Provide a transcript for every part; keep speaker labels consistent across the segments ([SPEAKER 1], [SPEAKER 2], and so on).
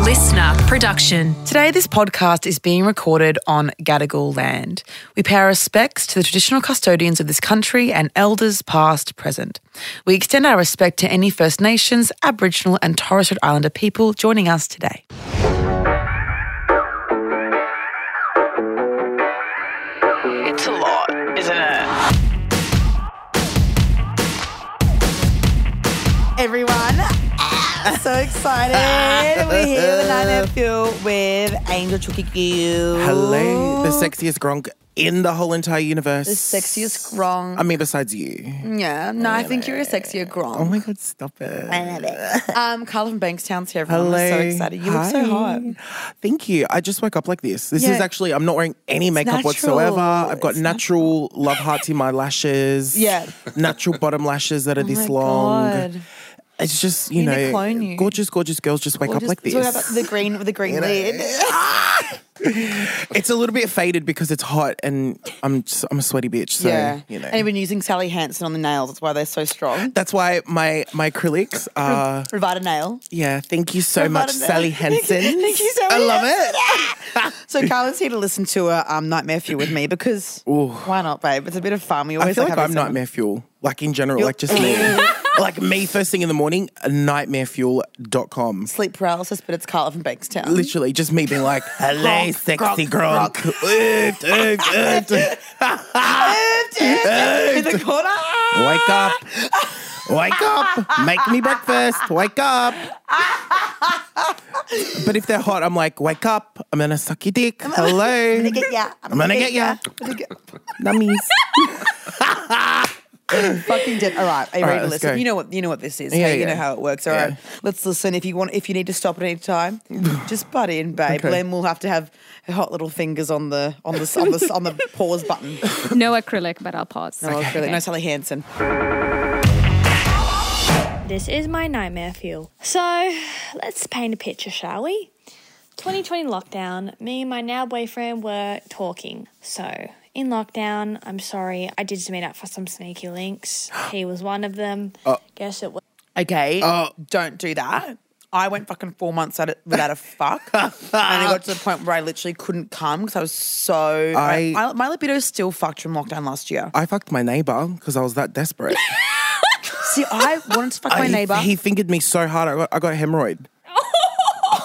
[SPEAKER 1] listener production.
[SPEAKER 2] Today, this podcast is being recorded on Gadigal land. We pay our respects to the traditional custodians of this country and elders past, present. We extend our respect to any First Nations, Aboriginal, and Torres Strait Islander people joining us today.
[SPEAKER 3] It's a lot, isn't it?
[SPEAKER 4] everyone. Ah, so excited. We're here with Nine Fuel with Angel Chukiki.
[SPEAKER 5] Hello, the
[SPEAKER 2] Oh.
[SPEAKER 5] sexiest gronk in the whole entire universe. The
[SPEAKER 4] Sexiest grong.
[SPEAKER 5] I mean, besides you.
[SPEAKER 2] Yeah, no, I think you're a sexier
[SPEAKER 5] Oh
[SPEAKER 2] grom.
[SPEAKER 5] my god, stop it.
[SPEAKER 2] Um, Carla from Bankstown's here. Everyone.
[SPEAKER 5] Hello.
[SPEAKER 2] I'm so excited. You look so hot.
[SPEAKER 5] Hi. Thank you. I just woke up like this. This
[SPEAKER 2] Yeah.
[SPEAKER 5] is actually, I'm not wearing any makeup
[SPEAKER 2] natural.
[SPEAKER 5] whatsoever. I've got
[SPEAKER 2] It's
[SPEAKER 5] natural love hearts in my lashes.
[SPEAKER 2] Yeah. Oh
[SPEAKER 5] Natural bottom lashes that are this
[SPEAKER 2] my
[SPEAKER 5] long.
[SPEAKER 2] God.
[SPEAKER 5] It's just, you
[SPEAKER 2] need to
[SPEAKER 5] know,
[SPEAKER 2] clone you.
[SPEAKER 5] gorgeous, gorgeous girls just wake up like
[SPEAKER 2] So we have
[SPEAKER 5] this.
[SPEAKER 2] the green with the green lid.
[SPEAKER 5] It's a little bit faded because it's hot and I'm just, I'm a sweaty bitch. So,
[SPEAKER 2] yeah.
[SPEAKER 5] you know.
[SPEAKER 2] And you've been using Sally Hansen on the nails. That's why they're so strong.
[SPEAKER 5] That's why my my acrylics are
[SPEAKER 2] Revita nail.
[SPEAKER 5] Yeah, thank you so much,
[SPEAKER 2] button-
[SPEAKER 5] Sally
[SPEAKER 2] Thank you-
[SPEAKER 5] Henson.
[SPEAKER 2] thank you, Sally
[SPEAKER 5] I love it.
[SPEAKER 2] So Carla's here to listen to a um, nightmare for you with me because why not, babe? It's a bit of fun. We
[SPEAKER 5] I
[SPEAKER 2] always
[SPEAKER 5] feel like
[SPEAKER 2] having
[SPEAKER 5] I'm
[SPEAKER 2] someone-
[SPEAKER 5] nightmare fuel, like in general, like just me. like me first thing in the morning, nightmarefuel.com.
[SPEAKER 2] sleep paralysis, but it's Carla from Bankstown.
[SPEAKER 5] Literally, just me being like, hello, sexy girl.
[SPEAKER 2] in the corner. Ah!
[SPEAKER 5] Wake up. Wake up. Make me breakfast. Wake up. but if they're hot, I'm like, wake up. I'm going to suck your dick. Hello. I'm going to get
[SPEAKER 4] ya.
[SPEAKER 5] I'm going to get ya. Nummies.
[SPEAKER 2] Fucking dead. All right, are you
[SPEAKER 5] All
[SPEAKER 2] ready to
[SPEAKER 5] right, let's
[SPEAKER 2] listen?
[SPEAKER 5] go.
[SPEAKER 2] You know what you know what this is.
[SPEAKER 5] Yeah,
[SPEAKER 2] hey, You
[SPEAKER 5] yeah.
[SPEAKER 2] know how it works. All
[SPEAKER 5] Yeah.
[SPEAKER 2] right, let's listen. If you want, if you need to stop at any time, just butt in, babe.
[SPEAKER 5] Okay.
[SPEAKER 2] Len will have to have her hot little fingers on the on the on the on the pause button.
[SPEAKER 6] No acrylic, but I'll pause.
[SPEAKER 2] No, okay. no Sally Hansen.
[SPEAKER 7] This is my nightmare fuel. So let's paint a picture, shall we? 2020 lockdown, me and my now boyfriend were talking. So, in lockdown, I'm sorry, I did meet up for some sneaky links. He was one of them. Guess it was.
[SPEAKER 2] Okay,
[SPEAKER 5] Oh.
[SPEAKER 2] don't do that. I went fucking four months at it without a fuck, and I got to the point where I literally couldn't come because I was so. I,
[SPEAKER 5] I-
[SPEAKER 2] I, my libido's still fucked from lockdown last year.
[SPEAKER 5] I fucked my neighbor because I was that desperate.
[SPEAKER 2] See, I wanted to fuck my
[SPEAKER 5] I-
[SPEAKER 2] neighbor.
[SPEAKER 5] He fingered me so hard, I got, I got a hemorrhoid.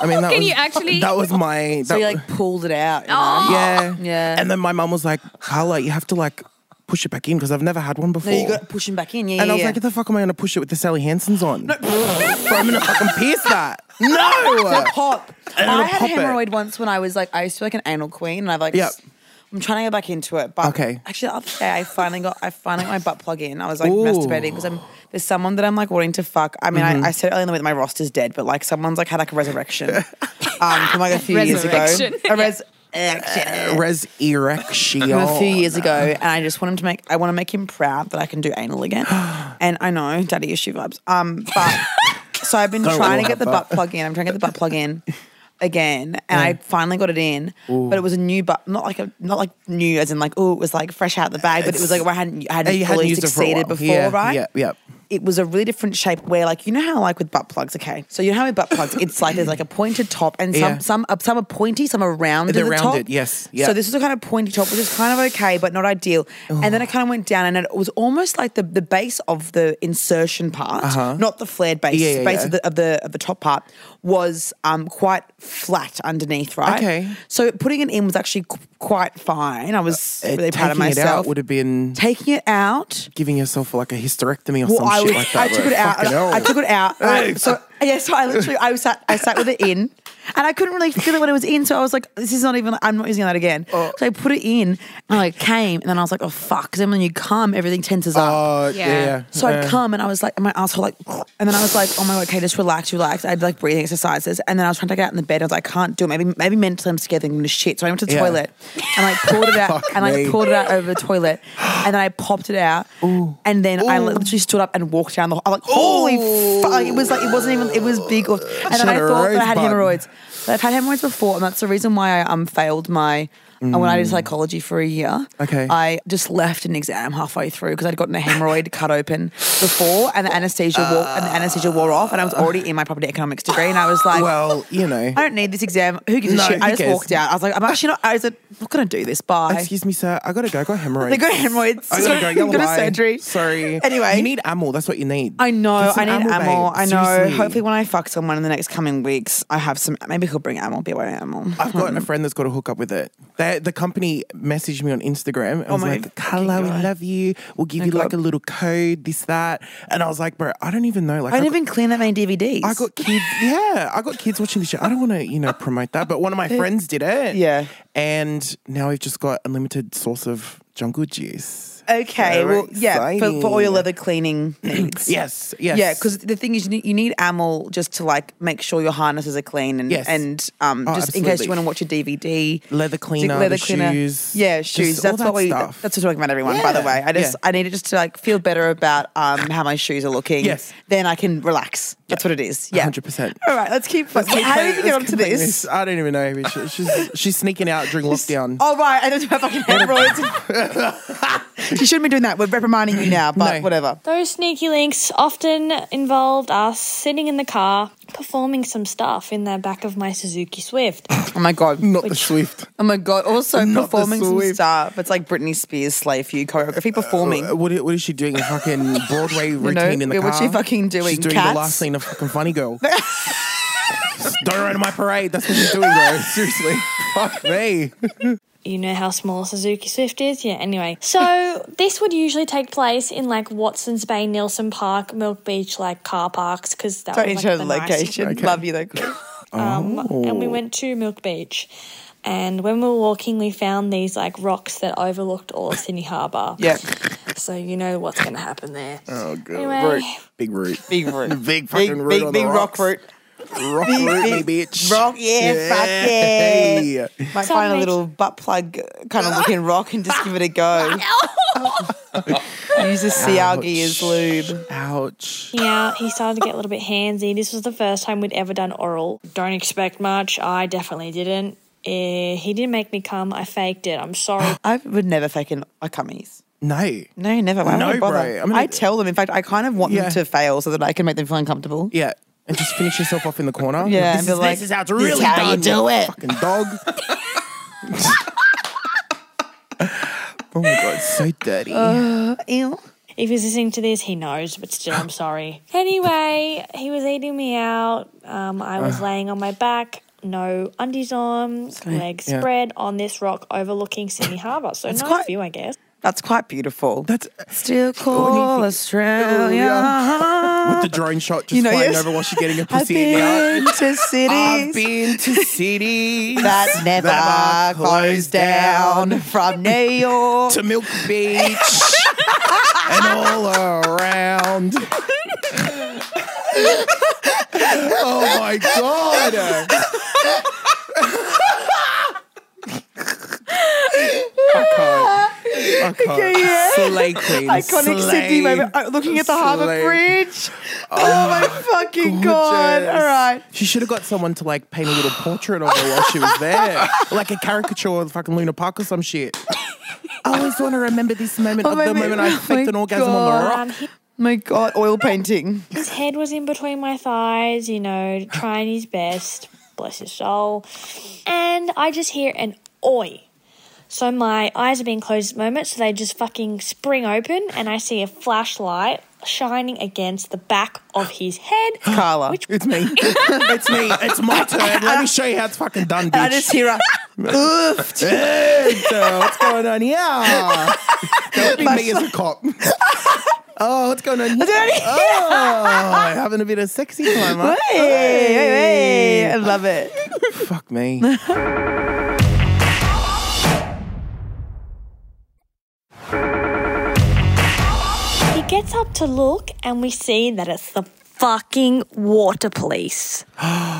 [SPEAKER 5] I mean, that
[SPEAKER 6] Can
[SPEAKER 5] was,
[SPEAKER 6] you actually-
[SPEAKER 5] That was my. That,
[SPEAKER 2] so
[SPEAKER 5] Oh.
[SPEAKER 2] he like pulled it out. You know?
[SPEAKER 5] yeah,
[SPEAKER 2] Yeah.
[SPEAKER 5] And then my mum was like, "Carla, you have to like push it back in because I've never had one before."
[SPEAKER 2] No, you got to push him back in. Yeah,
[SPEAKER 5] and
[SPEAKER 2] yeah,
[SPEAKER 5] I was
[SPEAKER 2] yeah.
[SPEAKER 5] like, "How the fuck am I gonna push it with the Sally Hansons on? Bro, I'm gonna fucking pierce that. No,
[SPEAKER 2] pop.
[SPEAKER 5] And
[SPEAKER 2] I
[SPEAKER 5] it'll
[SPEAKER 2] had
[SPEAKER 5] pop
[SPEAKER 2] a
[SPEAKER 5] it.
[SPEAKER 2] hemorrhoid once when I was like, I used to be like an anal queen, and I've like,
[SPEAKER 5] Yep.
[SPEAKER 2] I'm trying to get back into it, but
[SPEAKER 5] Okay.
[SPEAKER 2] Actually, the other day I finally got, I finally got my butt plug in. I was like
[SPEAKER 5] Ooh.
[SPEAKER 2] masturbating because I'm there's someone that I'm like wanting to fuck. I mean,
[SPEAKER 5] Mm-hmm.
[SPEAKER 2] I, I said earlier in the week that my roster's dead, but like someone's like had like a resurrection um, from like a few years ago,
[SPEAKER 6] Resurrection.
[SPEAKER 2] a resurrection.
[SPEAKER 5] res erection.
[SPEAKER 2] From a few
[SPEAKER 5] Oh,
[SPEAKER 2] years ago, and I just want him to make. I want to make him proud that I can do anal again. And I know daddy issue vibes. Um, but so I've been
[SPEAKER 5] Don't
[SPEAKER 2] trying to
[SPEAKER 5] laugh
[SPEAKER 2] get the
[SPEAKER 5] at
[SPEAKER 2] butt plug in. I'm trying to get the butt plug in again, and I finally got it in. But it was a new butt, not like a not like new as in like oh, it was like fresh out the bag. But it was like I hadn't I hadn't
[SPEAKER 5] Uh, You hadn't
[SPEAKER 2] fully
[SPEAKER 5] used it for a
[SPEAKER 2] succeeded
[SPEAKER 5] while.
[SPEAKER 2] before,
[SPEAKER 5] Yeah,
[SPEAKER 2] right?
[SPEAKER 5] yeah, yeah.
[SPEAKER 2] It was a really different shape where, like, you know how, like, with butt plugs, okay? So, you know how with butt plugs, it's like there's like a pointed top, and some
[SPEAKER 5] Yeah.
[SPEAKER 2] some are, some are pointy, some are rounded.
[SPEAKER 5] They're
[SPEAKER 2] at the
[SPEAKER 5] rounded,
[SPEAKER 2] top.
[SPEAKER 5] yes, yeah.
[SPEAKER 2] So, this is a kind of pointy top, which is kind of okay, but not ideal. And then it kind of went down, and it was almost like the, the base of the insertion part, not the flared base,
[SPEAKER 5] Uh-huh. Yeah, yeah,
[SPEAKER 2] base
[SPEAKER 5] yeah.
[SPEAKER 2] Of, the, of the of the top part was um quite flat underneath, right?
[SPEAKER 5] Okay.
[SPEAKER 2] So putting it in was actually qu- quite fine. I was
[SPEAKER 5] Uh,
[SPEAKER 2] really proud of
[SPEAKER 5] taking it out
[SPEAKER 2] myself.
[SPEAKER 5] would have been-
[SPEAKER 2] taking it out.
[SPEAKER 5] giving yourself like a hysterectomy or some
[SPEAKER 2] I,
[SPEAKER 5] shit
[SPEAKER 2] was-
[SPEAKER 5] like that.
[SPEAKER 2] I took
[SPEAKER 5] bro.
[SPEAKER 2] it out.
[SPEAKER 5] Fucking hell.
[SPEAKER 2] I took it out. Right, so yeah, so I literally I was sat I sat with it in, and I couldn't really feel it when it was in. So I was like, this is not even. I'm not using that again.
[SPEAKER 5] Oh.
[SPEAKER 2] So I put it in, and I came, and then I was like, oh fuck, because then when you come, everything tenses up.
[SPEAKER 5] Oh
[SPEAKER 6] Yeah.
[SPEAKER 5] yeah. yeah.
[SPEAKER 2] So I'd come and I was like, and my asshole like, and then I was like, oh my god, okay, just relax, relax. I'd like breathing exercises, and then I was trying to get out in the bed. I was like, I can't do it. Maybe maybe mentally I'm scared that I'm gonna shit. So I went to the
[SPEAKER 5] Yeah.
[SPEAKER 2] toilet and I pulled it out
[SPEAKER 5] Fuck
[SPEAKER 2] and I
[SPEAKER 5] me.
[SPEAKER 2] pulled it out over the toilet, and then I popped it out, and then I
[SPEAKER 5] Ooh.
[SPEAKER 2] literally stood up and walked down the. I'm like, holy fuck! Like, it was like it wasn't even. It was big. Or, and then I
[SPEAKER 5] Should've
[SPEAKER 2] thought that I had
[SPEAKER 5] rosebud.
[SPEAKER 2] hemorrhoids. But I've had hemorrhoids before, and that's the reason why I um failed my And when I did psychology for a year,
[SPEAKER 5] Mm. Okay.
[SPEAKER 2] I just left an exam halfway through because I'd gotten a hemorrhoid cut open before, and the anesthesia wore, and the anesthesia wore off, and I was already in my property economics degree, and I was like,
[SPEAKER 5] Well, you know.
[SPEAKER 2] I don't need this exam. Who gives
[SPEAKER 5] No,
[SPEAKER 2] a shit?
[SPEAKER 5] who
[SPEAKER 2] I just
[SPEAKER 5] cares?
[SPEAKER 2] walked out. I was like, I'm actually not. I was like, not going to do this. Bye.
[SPEAKER 5] Excuse me, sir. I gotta go. I got hemorrhoids.
[SPEAKER 2] They got hemorrhoids.
[SPEAKER 5] I gotta go.
[SPEAKER 2] Got a
[SPEAKER 5] Yellow eye.
[SPEAKER 2] surgery.
[SPEAKER 5] Sorry.
[SPEAKER 2] Anyway.
[SPEAKER 5] you need amyl. That's what you need.
[SPEAKER 2] I know.
[SPEAKER 5] Get some
[SPEAKER 2] I need
[SPEAKER 5] babe.
[SPEAKER 2] ammo. I know.
[SPEAKER 5] Seriously.
[SPEAKER 2] Hopefully, when I fuck someone in the next coming weeks, I have some. Maybe he'll bring ammo. Be aware ammo.
[SPEAKER 5] I've got a friend that's got a hookup with it. They, the company messaged me on Instagram and was
[SPEAKER 2] Oh my Oh
[SPEAKER 5] like, Carla, we love you. We'll give you like a little code, this, that. And I was like, bro, I don't even know. Like,
[SPEAKER 2] I
[SPEAKER 5] I
[SPEAKER 2] didn't
[SPEAKER 5] got-
[SPEAKER 2] even clean that many DVDs.
[SPEAKER 5] I got kids. Yeah, I got kids watching this shit. I don't want to, you know, promote that, but one of my friends did it.
[SPEAKER 2] Yeah.
[SPEAKER 5] and now we've just got unlimited source of jungle juice.
[SPEAKER 2] Okay.
[SPEAKER 5] Very
[SPEAKER 2] Well, yeah. For, for all your
[SPEAKER 5] exciting.
[SPEAKER 2] leather cleaning needs.
[SPEAKER 5] Yes, yes,
[SPEAKER 2] Yeah, because the thing is, you need, you need ammo just to like make sure your harnesses are clean and
[SPEAKER 5] Yes.
[SPEAKER 2] and um,
[SPEAKER 5] Oh,
[SPEAKER 2] just in case
[SPEAKER 5] absolutely.
[SPEAKER 2] you want to watch a DVD,
[SPEAKER 5] Leather cleaner, the shoes,
[SPEAKER 2] yeah,
[SPEAKER 5] just
[SPEAKER 2] shoes.
[SPEAKER 5] all
[SPEAKER 2] That's
[SPEAKER 5] that
[SPEAKER 2] what we.
[SPEAKER 5] stuff.
[SPEAKER 2] That's what we're talking about, everyone. By the
[SPEAKER 5] Yeah,
[SPEAKER 2] way, I just
[SPEAKER 5] yeah.
[SPEAKER 2] I need it just to like feel better about um how my shoes are looking.
[SPEAKER 5] Yes.
[SPEAKER 2] then I can relax. That's what it is. Yeah,
[SPEAKER 5] 100%.
[SPEAKER 2] All right, let's keep. how did we get onto this?
[SPEAKER 5] I don't even know. She- She's she's sneaking out during lockdown.
[SPEAKER 2] Oh right, and then her fucking hemorrhoids. you shouldn't be doing that. We're reprimanding you now, but
[SPEAKER 5] No.
[SPEAKER 2] whatever.
[SPEAKER 7] Those sneaky links often involved us sitting in the car performing some stuff in the back of my Suzuki Swift.
[SPEAKER 2] Oh my god.
[SPEAKER 5] Not the Swift.
[SPEAKER 2] Oh my god! Also
[SPEAKER 5] Not the
[SPEAKER 2] performing some
[SPEAKER 5] sweep.
[SPEAKER 2] stuff. It's like Britney Spears' "Slave for You" choreography performing.
[SPEAKER 5] Uh, What, i- what is she doing? A fucking Broadway routine in the car.
[SPEAKER 2] what's she fucking doing?
[SPEAKER 5] She's doing
[SPEAKER 2] Cats?
[SPEAKER 5] the last scene of fucking Funny Girl. Don't run in my parade. That's what she's doing, bro. Seriously. Fuck me.
[SPEAKER 7] you know how small a Suzuki Swift is? Yeah, anyway. So this would usually take place in like Watson's Bay, Nielsen Park, Milk Beach, like car parks, because that
[SPEAKER 2] Don't need
[SPEAKER 7] was like,
[SPEAKER 2] to show
[SPEAKER 7] the
[SPEAKER 2] the
[SPEAKER 7] nice-
[SPEAKER 2] location. Love you though. Chloe.
[SPEAKER 7] Um, And we went to Milk Beach. And when we were walking, we found these like rocks that overlooked all of Sydney Harbour.
[SPEAKER 2] yeah,
[SPEAKER 7] So you know what's going to happen there.
[SPEAKER 5] Oh, God.
[SPEAKER 7] Anyway.
[SPEAKER 5] Root. Big root.
[SPEAKER 2] big root,
[SPEAKER 5] Big fucking
[SPEAKER 2] big
[SPEAKER 5] root
[SPEAKER 2] big,
[SPEAKER 5] on
[SPEAKER 2] big
[SPEAKER 5] the
[SPEAKER 2] rock
[SPEAKER 5] rocks.
[SPEAKER 2] root.
[SPEAKER 5] Rock root, me, bitch.
[SPEAKER 2] Rock, yeah, fuck yeah.
[SPEAKER 5] Hey.
[SPEAKER 2] Might
[SPEAKER 7] Some
[SPEAKER 2] find a
[SPEAKER 7] bitch.
[SPEAKER 2] little butt plug kind of looking rock and just give it a go. Use a Siagi as lube.
[SPEAKER 5] Ouch.
[SPEAKER 7] Yeah, he started to get a little bit handsy. This was the first time we'd ever done oral. Don't expect much. I definitely didn't. Eh, he didn't make me come. I faked it. I'm sorry.
[SPEAKER 2] I would never fake an a cummies.
[SPEAKER 5] No.
[SPEAKER 2] No, never. Why would
[SPEAKER 5] No,
[SPEAKER 2] I bother?
[SPEAKER 5] bro. I
[SPEAKER 2] I,
[SPEAKER 5] mean-
[SPEAKER 2] tell them. In fact, I kind of want
[SPEAKER 5] Yeah.
[SPEAKER 2] them to fail so that I can make them feel uncomfortable.
[SPEAKER 5] Yeah. And just finish yourself off in the corner.
[SPEAKER 2] Yeah, and
[SPEAKER 5] This,
[SPEAKER 2] be
[SPEAKER 5] is,
[SPEAKER 2] like,
[SPEAKER 5] this is how it's
[SPEAKER 2] "This is
[SPEAKER 5] really
[SPEAKER 2] how
[SPEAKER 5] done.
[SPEAKER 2] you do it."
[SPEAKER 5] Fucking dog. oh my god, it's so dirty.
[SPEAKER 2] Ew.
[SPEAKER 7] if he's listening to this, he knows, but still, I'm sorry. Anyway, he was eating me out. Um, I was
[SPEAKER 5] Uh.
[SPEAKER 7] laying on my back, no undies on, legs
[SPEAKER 5] yeah.
[SPEAKER 7] spread on this rock overlooking Sydney Harbour. So nice
[SPEAKER 2] quite-
[SPEAKER 7] view, I guess.
[SPEAKER 2] That's quite beautiful.
[SPEAKER 5] That's
[SPEAKER 2] Still call Australia.
[SPEAKER 5] with the drone shot just
[SPEAKER 2] You know,
[SPEAKER 5] flying
[SPEAKER 2] yes.
[SPEAKER 5] over while she's getting a
[SPEAKER 2] I've
[SPEAKER 5] pussy in the eye.
[SPEAKER 2] been to
[SPEAKER 5] I've
[SPEAKER 2] cities
[SPEAKER 5] been to cities
[SPEAKER 2] that never closed down from New York.
[SPEAKER 5] to Milk Beach and all around. oh my god! I can't. I can't.
[SPEAKER 2] yeah.
[SPEAKER 5] Slay queen.
[SPEAKER 2] Iconic Sydney
[SPEAKER 5] slay.
[SPEAKER 2] moment. Uh, Looking at the Harbour
[SPEAKER 5] Slay.
[SPEAKER 2] Bridge. Oh my fucking god!
[SPEAKER 5] Gorgeous.
[SPEAKER 2] All right.
[SPEAKER 5] She should have got someone to like paint a little portrait of her while she was there, like a caricature of fucking Luna Park or some shit. I always want to remember this moment of the
[SPEAKER 2] my-
[SPEAKER 5] moment I
[SPEAKER 2] oh
[SPEAKER 5] faked
[SPEAKER 2] my
[SPEAKER 5] an orgasm on the
[SPEAKER 2] God.
[SPEAKER 5] rock.
[SPEAKER 7] Um, he-
[SPEAKER 2] My god, oil painting.
[SPEAKER 7] his head was in between my thighs, you know, trying his best, bless his soul. And I just hear an oi. So my eyes are being closed at the moment, so they just fucking spring open, and I see a flashlight shining against the back of his head.
[SPEAKER 2] Carla.
[SPEAKER 7] Which
[SPEAKER 5] It's me. it's me. It's my turn. Let me show you how it's fucking done, bitch.
[SPEAKER 2] I just hear a oof.
[SPEAKER 5] Hey, so what's going on here? That would be me as a cop. Oh, what's going on here? Oh, having a bit of sexy time, huh?
[SPEAKER 2] Hey, hey, hey. I love it.
[SPEAKER 5] Fuck me.
[SPEAKER 7] he gets up to look, and we see that it's the fucking water police.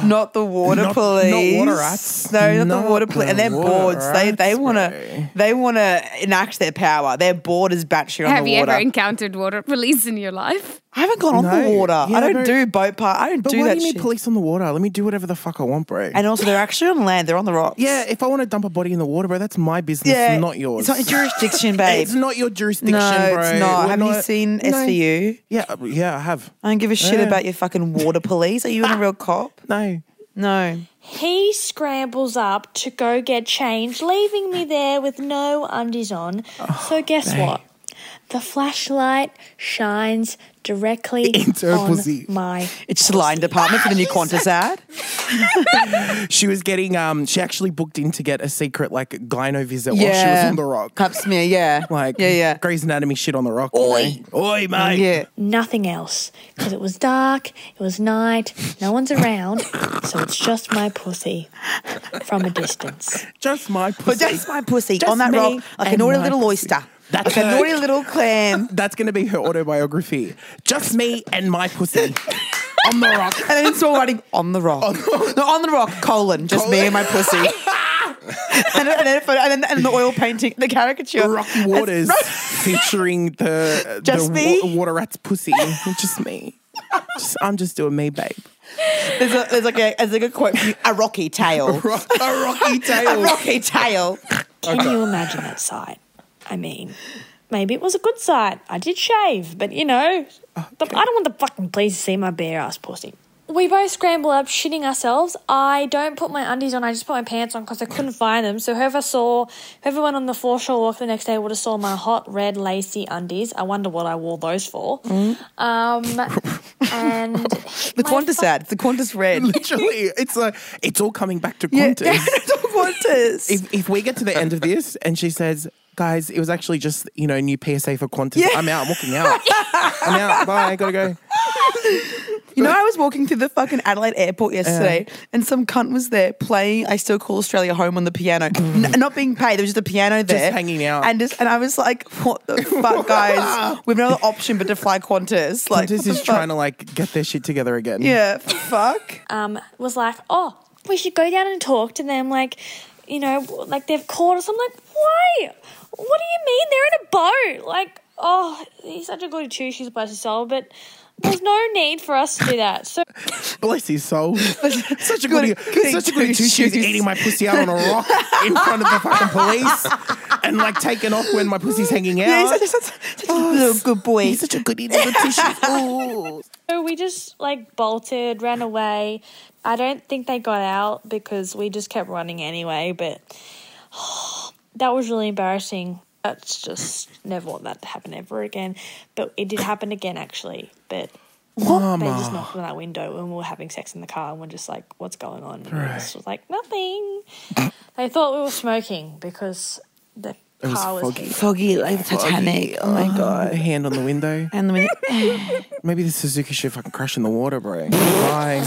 [SPEAKER 2] Not the water
[SPEAKER 5] Not- not
[SPEAKER 2] police.
[SPEAKER 5] water rats.
[SPEAKER 2] No, not,
[SPEAKER 5] Not
[SPEAKER 2] the water police.
[SPEAKER 5] the
[SPEAKER 2] And they're
[SPEAKER 5] water
[SPEAKER 2] bored. They they
[SPEAKER 5] rats,
[SPEAKER 2] want
[SPEAKER 5] bro.
[SPEAKER 2] to they want to enact their power. They're bored as batshit on
[SPEAKER 6] Have
[SPEAKER 2] the
[SPEAKER 6] you
[SPEAKER 2] water.
[SPEAKER 6] ever encountered water police in your life?
[SPEAKER 2] I haven't gone on the
[SPEAKER 5] No.
[SPEAKER 2] water.
[SPEAKER 5] Yeah,
[SPEAKER 2] I don't
[SPEAKER 5] no.
[SPEAKER 2] do boat part. I don't
[SPEAKER 5] But
[SPEAKER 2] do
[SPEAKER 5] why
[SPEAKER 2] that
[SPEAKER 5] do you need
[SPEAKER 2] shit.
[SPEAKER 5] police on the water? Let me do whatever the fuck I want, bro.
[SPEAKER 2] and also, they're actually on land. They're on the rocks.
[SPEAKER 5] yeah, if I want to dump a body in the water, bro, that's my business,
[SPEAKER 2] yeah,
[SPEAKER 5] not
[SPEAKER 2] It's
[SPEAKER 5] yours.
[SPEAKER 2] not your jurisdiction, babe.
[SPEAKER 5] It's not your jurisdiction,
[SPEAKER 2] no,
[SPEAKER 5] bro.
[SPEAKER 2] it's not.
[SPEAKER 5] We're
[SPEAKER 2] Have you seen
[SPEAKER 5] No.
[SPEAKER 2] SVU?
[SPEAKER 5] Yeah, uh, yeah, I have.
[SPEAKER 2] I don't give a shit
[SPEAKER 5] Yeah.
[SPEAKER 2] about your fucking water police. Are you even a real cop?
[SPEAKER 5] No.
[SPEAKER 2] No.
[SPEAKER 7] He scrambles up to go get change, leaving me there with no undies on. so guess what? The flashlight shines directly
[SPEAKER 5] Into her
[SPEAKER 7] on
[SPEAKER 5] pussy.
[SPEAKER 7] my.
[SPEAKER 2] It's the line department for the new Qantas ad.
[SPEAKER 5] She was getting um she actually booked in to get a secret like gyno visit while she was
[SPEAKER 2] Yeah.
[SPEAKER 5] on the rock.
[SPEAKER 2] Cup smear, yeah.
[SPEAKER 5] Like
[SPEAKER 2] yeah, yeah.
[SPEAKER 5] Grey's Anatomy shit on the rock. Oi. Oi, mate.
[SPEAKER 2] Yeah.
[SPEAKER 7] nothing else because it was dark, it was night, no one's around, so it's just my pussy from a distance.
[SPEAKER 5] Just my
[SPEAKER 2] But
[SPEAKER 5] pussy.
[SPEAKER 2] that's my pussy
[SPEAKER 5] Just
[SPEAKER 2] on that
[SPEAKER 5] me
[SPEAKER 2] rock like a
[SPEAKER 5] and
[SPEAKER 2] naughty
[SPEAKER 5] my
[SPEAKER 2] little
[SPEAKER 5] pussy.
[SPEAKER 2] oyster.
[SPEAKER 5] That's
[SPEAKER 2] like a
[SPEAKER 5] her.
[SPEAKER 2] naughty little clam.
[SPEAKER 5] That's gonna be her autobiography. Just me and my pussy. on the rock.
[SPEAKER 2] And then it's all writing on the rock. no, on the rock, colon, just me and my pussy. and, then- and, then, and, then, and the oil painting, the caricature.
[SPEAKER 5] Rocky
[SPEAKER 2] That's-
[SPEAKER 5] Waters featuring the
[SPEAKER 2] Just
[SPEAKER 5] the
[SPEAKER 2] me?
[SPEAKER 5] water rat's pussy. just me. Just, I'm just doing me, babe.
[SPEAKER 2] There's, a, there's like a there's like a quote from you, a rocky tail.
[SPEAKER 5] Ro- a rocky
[SPEAKER 2] a
[SPEAKER 5] tail.
[SPEAKER 2] rocky tail.
[SPEAKER 7] Can you imagine that sight? I mean, maybe it was a good sight. I did shave, but you know, the, I don't want the fucking police to see my bare ass pussy. We both scramble up, shitting ourselves. I don't put my undies on, I just put my pants on because I couldn't find them. So whoever saw, whoever went on the foreshore walk the next day would have saw my hot red lacy undies. I wonder what I wore those for. Um, and
[SPEAKER 2] The
[SPEAKER 7] my
[SPEAKER 2] Qantas
[SPEAKER 7] fu-
[SPEAKER 2] ad. The Qantas red.
[SPEAKER 5] Literally, it's like it's all coming back to
[SPEAKER 2] Yeah,
[SPEAKER 5] Qantas.
[SPEAKER 2] the Qantas.
[SPEAKER 5] if, if we get to the end of this and she says, guys, it was actually just, you know, new PSA for Qantas.
[SPEAKER 2] Yeah.
[SPEAKER 5] I'm out. I'm walking out. I'm out. Bye. Gotta go.
[SPEAKER 2] You know, I was walking through the fucking Adelaide airport yesterday and some cunt was there playing I Still Call Australia Home on the piano. N- not being paid, there was Mm. just a piano there.
[SPEAKER 5] hanging out.
[SPEAKER 2] And just and I was like, what the fuck, guys? We have no other option but to fly Qantas. Like,
[SPEAKER 5] Qantas is trying to like get their shit together again.
[SPEAKER 2] Yeah, fuck.
[SPEAKER 7] um, was like, oh, we should go down and talk to them. Like, you know, like they've called us. I'm like, why? What do you mean they're in a boat? Like, oh, he's such a good two shoes by soul, but there's no need for us to do that. So
[SPEAKER 5] Bless his soul. such a good,
[SPEAKER 2] Good- good
[SPEAKER 5] such a good two shoes
[SPEAKER 2] excuse.
[SPEAKER 5] eating my pussy out on a rock in front of the fucking police and like taking off when my pussy's hanging out.
[SPEAKER 2] Yeah, he's such, a- such, such a little good boy.
[SPEAKER 5] He's such a goody little two shoes. Ooh.
[SPEAKER 7] we just like bolted, ran away. I don't think they got out because we just kept running anyway. But that was really embarrassing. That's just never want that to happen ever again. But it did happen again actually. But They just knocked on that window and we were having sex in the car and we're just like, what's going on? And we just was like, nothing. they thought we were smoking because the car was, heated.
[SPEAKER 2] Foggy like the Titanic. Oh my
[SPEAKER 5] A
[SPEAKER 2] god.
[SPEAKER 5] hand on the window.
[SPEAKER 2] And the minute-
[SPEAKER 5] Maybe the Suzuki should fucking crash in the water, bro. Bye.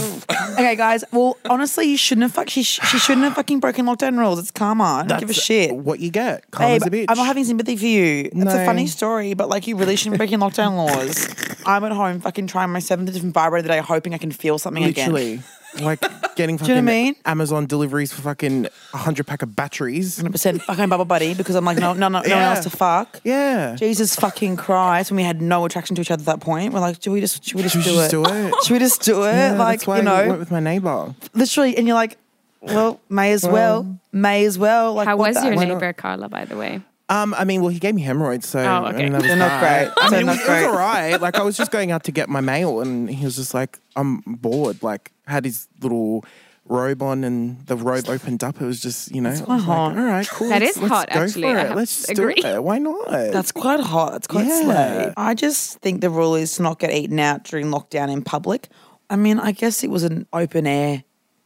[SPEAKER 2] okay, guys. Well, honestly, you shouldn't have. Fuck, she, sh- she shouldn't have fucking broken lockdown rules. It's karma. I don't give a
[SPEAKER 5] That's
[SPEAKER 2] shit.
[SPEAKER 5] What you get. Calm
[SPEAKER 2] Babe,
[SPEAKER 5] as a bitch.
[SPEAKER 2] I'm not having sympathy for you. It's a
[SPEAKER 5] No.
[SPEAKER 2] funny story, but like you really shouldn't be breaking lockdown laws. I'm at home fucking trying my seventh different vibrator today, hoping I can feel something again.
[SPEAKER 5] Literally. Like getting fucking
[SPEAKER 2] you know what I mean?
[SPEAKER 5] Amazon deliveries for fucking a hundred pack of batteries.
[SPEAKER 2] 100% fucking bubble buddy because I'm like, no, no, no, no one
[SPEAKER 5] Yeah.
[SPEAKER 2] else to fuck.
[SPEAKER 5] Yeah.
[SPEAKER 2] Jesus fucking Christ! When we had no attraction to each other at that point, we're like, "Do we just? Should we just,
[SPEAKER 5] Should we
[SPEAKER 2] do,
[SPEAKER 5] just
[SPEAKER 2] it?
[SPEAKER 5] do it?
[SPEAKER 2] Should we just do it?
[SPEAKER 5] Yeah,
[SPEAKER 2] like
[SPEAKER 5] that's why
[SPEAKER 2] you
[SPEAKER 5] I went
[SPEAKER 2] know,
[SPEAKER 5] with my neighbor.
[SPEAKER 2] literally." And you're like, "Well, may as well, may as well." Like,
[SPEAKER 6] How
[SPEAKER 2] what
[SPEAKER 6] was
[SPEAKER 2] the-
[SPEAKER 6] your neighbor, Carla, by the way?
[SPEAKER 5] Um, I mean, well, he gave me hemorrhoids, so
[SPEAKER 6] Oh, okay.
[SPEAKER 5] I mean, that was
[SPEAKER 2] They're not
[SPEAKER 5] bad.
[SPEAKER 2] great.
[SPEAKER 5] I
[SPEAKER 2] They're
[SPEAKER 5] mean, it was,
[SPEAKER 2] not
[SPEAKER 5] it was
[SPEAKER 2] great.
[SPEAKER 5] all right. Like I was just going out to get my mail, and he was just like, "I'm bored." Like had his little robe on, and the robe opened up. It was just, you know, I was like, all
[SPEAKER 2] hot.
[SPEAKER 5] right, cool.
[SPEAKER 6] That
[SPEAKER 5] let's-
[SPEAKER 6] is
[SPEAKER 5] let's
[SPEAKER 6] hot,
[SPEAKER 5] go
[SPEAKER 6] actually.
[SPEAKER 5] For
[SPEAKER 6] I
[SPEAKER 5] it.
[SPEAKER 6] have
[SPEAKER 5] let's
[SPEAKER 6] to
[SPEAKER 5] do
[SPEAKER 6] agree.
[SPEAKER 5] it. Why not?
[SPEAKER 2] That's quite hot. That's quite
[SPEAKER 5] Yeah.
[SPEAKER 2] slow. I just think the rule is to not get eaten out during lockdown in public. I mean, I guess it was an open air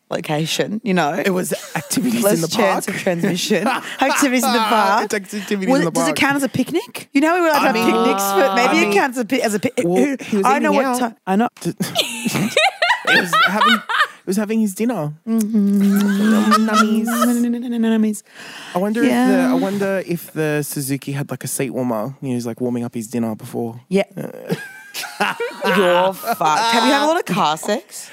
[SPEAKER 2] location, you know.
[SPEAKER 5] it was activities
[SPEAKER 2] less
[SPEAKER 5] in the
[SPEAKER 2] chance
[SPEAKER 5] park.
[SPEAKER 2] of transmission. activities in the park.
[SPEAKER 5] It's activities
[SPEAKER 2] Was-
[SPEAKER 5] in the
[SPEAKER 2] Does it
[SPEAKER 5] park.
[SPEAKER 2] count as a picnic? You know, we were allowed to have
[SPEAKER 5] mean-
[SPEAKER 2] picnics, but maybe
[SPEAKER 5] I
[SPEAKER 2] it
[SPEAKER 5] mean-
[SPEAKER 2] counts as a, pi- as a picnic.
[SPEAKER 5] Well, he was
[SPEAKER 2] I know
[SPEAKER 5] eating
[SPEAKER 2] what
[SPEAKER 5] out.
[SPEAKER 2] time. I know.
[SPEAKER 5] it was having it was having his dinner.
[SPEAKER 2] Nummies.
[SPEAKER 5] I wonder if
[SPEAKER 2] Yeah.
[SPEAKER 5] the I wonder if the Suzuki had like a seat warmer. You know, he's like warming up his dinner before.
[SPEAKER 2] Yeah. You're fucked. Have you had a lot of car sex?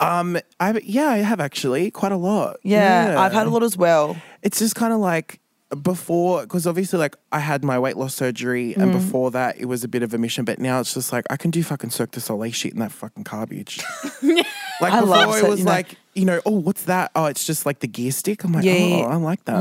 [SPEAKER 5] Um, I yeah, I have actually quite a lot.
[SPEAKER 2] Yeah, I've had a lot as well.
[SPEAKER 5] It's just kind of like before, because obviously, like, I had my weight loss surgery, and
[SPEAKER 2] Mm-hmm.
[SPEAKER 5] before that, it was a bit of a mission, but now it's just like, I can do fucking Cirque du Soleil shit in that fucking garbage. like,
[SPEAKER 2] I
[SPEAKER 5] before,
[SPEAKER 2] love
[SPEAKER 5] it
[SPEAKER 2] Cirque,
[SPEAKER 5] was
[SPEAKER 2] you know.
[SPEAKER 5] like, you know, oh, what's that? Oh, it's just like the gear stick. I'm like,
[SPEAKER 2] Yeah,
[SPEAKER 5] oh,
[SPEAKER 2] yeah. Mm-hmm.
[SPEAKER 5] I like that.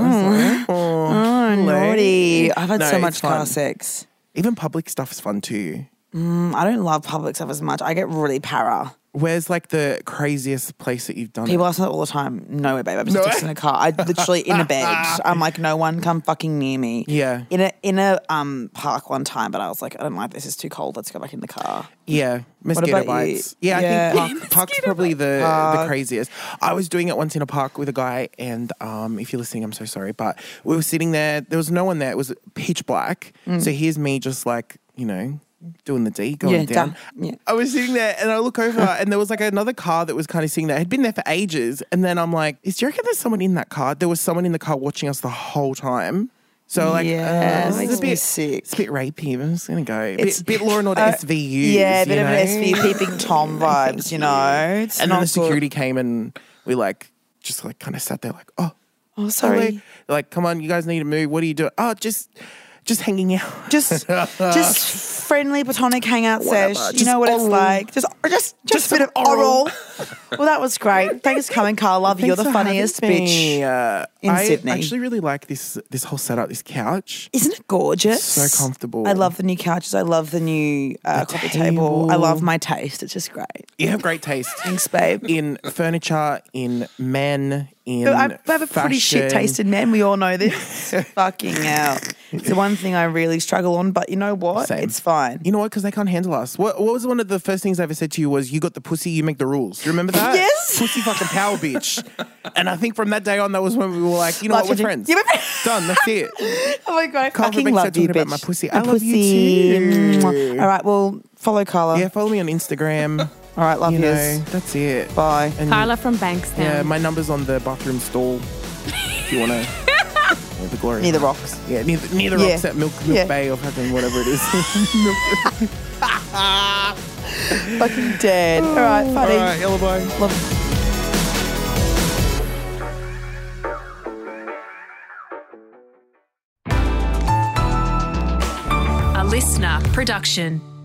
[SPEAKER 5] It's like, oh,
[SPEAKER 2] Naughty. I've had
[SPEAKER 5] No,
[SPEAKER 2] so much
[SPEAKER 5] it's fun.
[SPEAKER 2] class sex.
[SPEAKER 5] Even public stuff's fun too.
[SPEAKER 2] Mm, I don't love public stuff as much. I get really para.
[SPEAKER 5] Where's like the craziest place that you've done?
[SPEAKER 2] People
[SPEAKER 5] it?
[SPEAKER 2] ask me that all the time. Nowhere, babe. I'm just just in a car. I literally in a bed. I'm like, no one come fucking near me.
[SPEAKER 5] Yeah.
[SPEAKER 2] In a in a um park one time, but I was like, I don't like this. It's too cold. Let's go back in the car.
[SPEAKER 5] Yeah, mosquito
[SPEAKER 2] about you?
[SPEAKER 5] bites. Yeah,
[SPEAKER 2] Yeah.
[SPEAKER 5] I think park, park's probably the, the craziest. I was doing it once in a park with a guy, and um, if you're listening, I'm so sorry, but we were sitting there. There was no one there. It was pitch black.
[SPEAKER 2] Mm.
[SPEAKER 5] So here's me, just like you know, doing the D, going
[SPEAKER 2] Yeah,
[SPEAKER 5] down.
[SPEAKER 2] done. Yeah.
[SPEAKER 5] I was sitting there, and I look over, and there was like another car that was kind of sitting there. Had been there for ages, and then I'm like, "Is do you reckon there's someone in that car?" There was someone in the car watching us the whole time. So like,
[SPEAKER 2] Yeah, it
[SPEAKER 5] uh, this is
[SPEAKER 2] makes
[SPEAKER 5] a
[SPEAKER 2] me
[SPEAKER 5] bit
[SPEAKER 2] sick.
[SPEAKER 5] It's a bit rapey. but I'm just gonna go. A
[SPEAKER 2] It's-
[SPEAKER 5] bit, bit Law and Order
[SPEAKER 2] Uh,
[SPEAKER 5] SVU.
[SPEAKER 2] Yeah, a
[SPEAKER 5] you
[SPEAKER 2] bit of
[SPEAKER 5] know?
[SPEAKER 2] an SVU peeping tom vibes. You know. It's
[SPEAKER 5] And then
[SPEAKER 2] not
[SPEAKER 5] the
[SPEAKER 2] good.
[SPEAKER 5] security came and we like just like kind of sat there like, oh,
[SPEAKER 2] Oh,
[SPEAKER 5] hello.
[SPEAKER 2] sorry.
[SPEAKER 5] Like, come on, you guys need to move. What are you doing? Oh, just just hanging out.
[SPEAKER 2] Just, just friendly platonic hangout
[SPEAKER 5] Whatever,
[SPEAKER 2] sesh. You
[SPEAKER 5] just
[SPEAKER 2] know what it's
[SPEAKER 5] oral.
[SPEAKER 2] like. Just, just, just, a bit of oral. well, that was great. Thanks for coming, Carl. Love you. You're
[SPEAKER 5] Thanks
[SPEAKER 2] the
[SPEAKER 5] for having
[SPEAKER 2] funniest
[SPEAKER 5] me.
[SPEAKER 2] bitch.
[SPEAKER 5] Uh,
[SPEAKER 2] in
[SPEAKER 5] I
[SPEAKER 2] Sydney.
[SPEAKER 5] actually really like this this whole setup, this couch.
[SPEAKER 2] Isn't it gorgeous?
[SPEAKER 5] So comfortable.
[SPEAKER 2] I love the new couches. I love the new uh,
[SPEAKER 5] The
[SPEAKER 2] coffee table. I love
[SPEAKER 5] table.
[SPEAKER 2] my taste. It's just great.
[SPEAKER 5] You have great taste.
[SPEAKER 2] Thanks, babe.
[SPEAKER 5] In furniture, in men, in
[SPEAKER 2] But I I have a pretty shit
[SPEAKER 5] fashion.
[SPEAKER 2] taste in men. We all know this. Fucking hell. It's the one thing I really struggle on, but you know what?
[SPEAKER 5] Same.
[SPEAKER 2] It's fine.
[SPEAKER 5] You know what? Because they can't handle us. What, what was one of the first things I ever said to you was, "You got the pussy, you make the rules." You remember that?
[SPEAKER 2] Yes.
[SPEAKER 5] Pussy fucking power, bitch. and I think from that day on, that was when we were like, you know
[SPEAKER 2] Life
[SPEAKER 5] what, we're
[SPEAKER 2] changing.
[SPEAKER 5] friends.
[SPEAKER 2] Yeah, we're-
[SPEAKER 5] Done. That's it.
[SPEAKER 2] Oh my God, I
[SPEAKER 5] Carl
[SPEAKER 2] fucking
[SPEAKER 5] Verbeek
[SPEAKER 2] love
[SPEAKER 5] said
[SPEAKER 2] you,
[SPEAKER 5] talking
[SPEAKER 2] bitch.
[SPEAKER 5] about my pussy.
[SPEAKER 2] My
[SPEAKER 5] I love you
[SPEAKER 2] pussy.
[SPEAKER 5] too.
[SPEAKER 2] Mwah. All right, well, follow Carla.
[SPEAKER 5] Yeah, follow me on Instagram.
[SPEAKER 2] All right, love
[SPEAKER 5] you
[SPEAKER 2] you.
[SPEAKER 5] know, that's it.
[SPEAKER 2] Bye.
[SPEAKER 5] And
[SPEAKER 6] Carla from Bankstown.
[SPEAKER 5] yeah, my number's on the bathroom stall. if you want to. the glory.
[SPEAKER 2] Near the rocks.
[SPEAKER 5] Yeah, near the, near the
[SPEAKER 2] Yeah.
[SPEAKER 5] rocks at Milk, Milk
[SPEAKER 2] Yeah.
[SPEAKER 5] Bay or fucking whatever it is.
[SPEAKER 2] Fucking dead. All right, funny.
[SPEAKER 5] All right, yellow bye.
[SPEAKER 1] A listener production.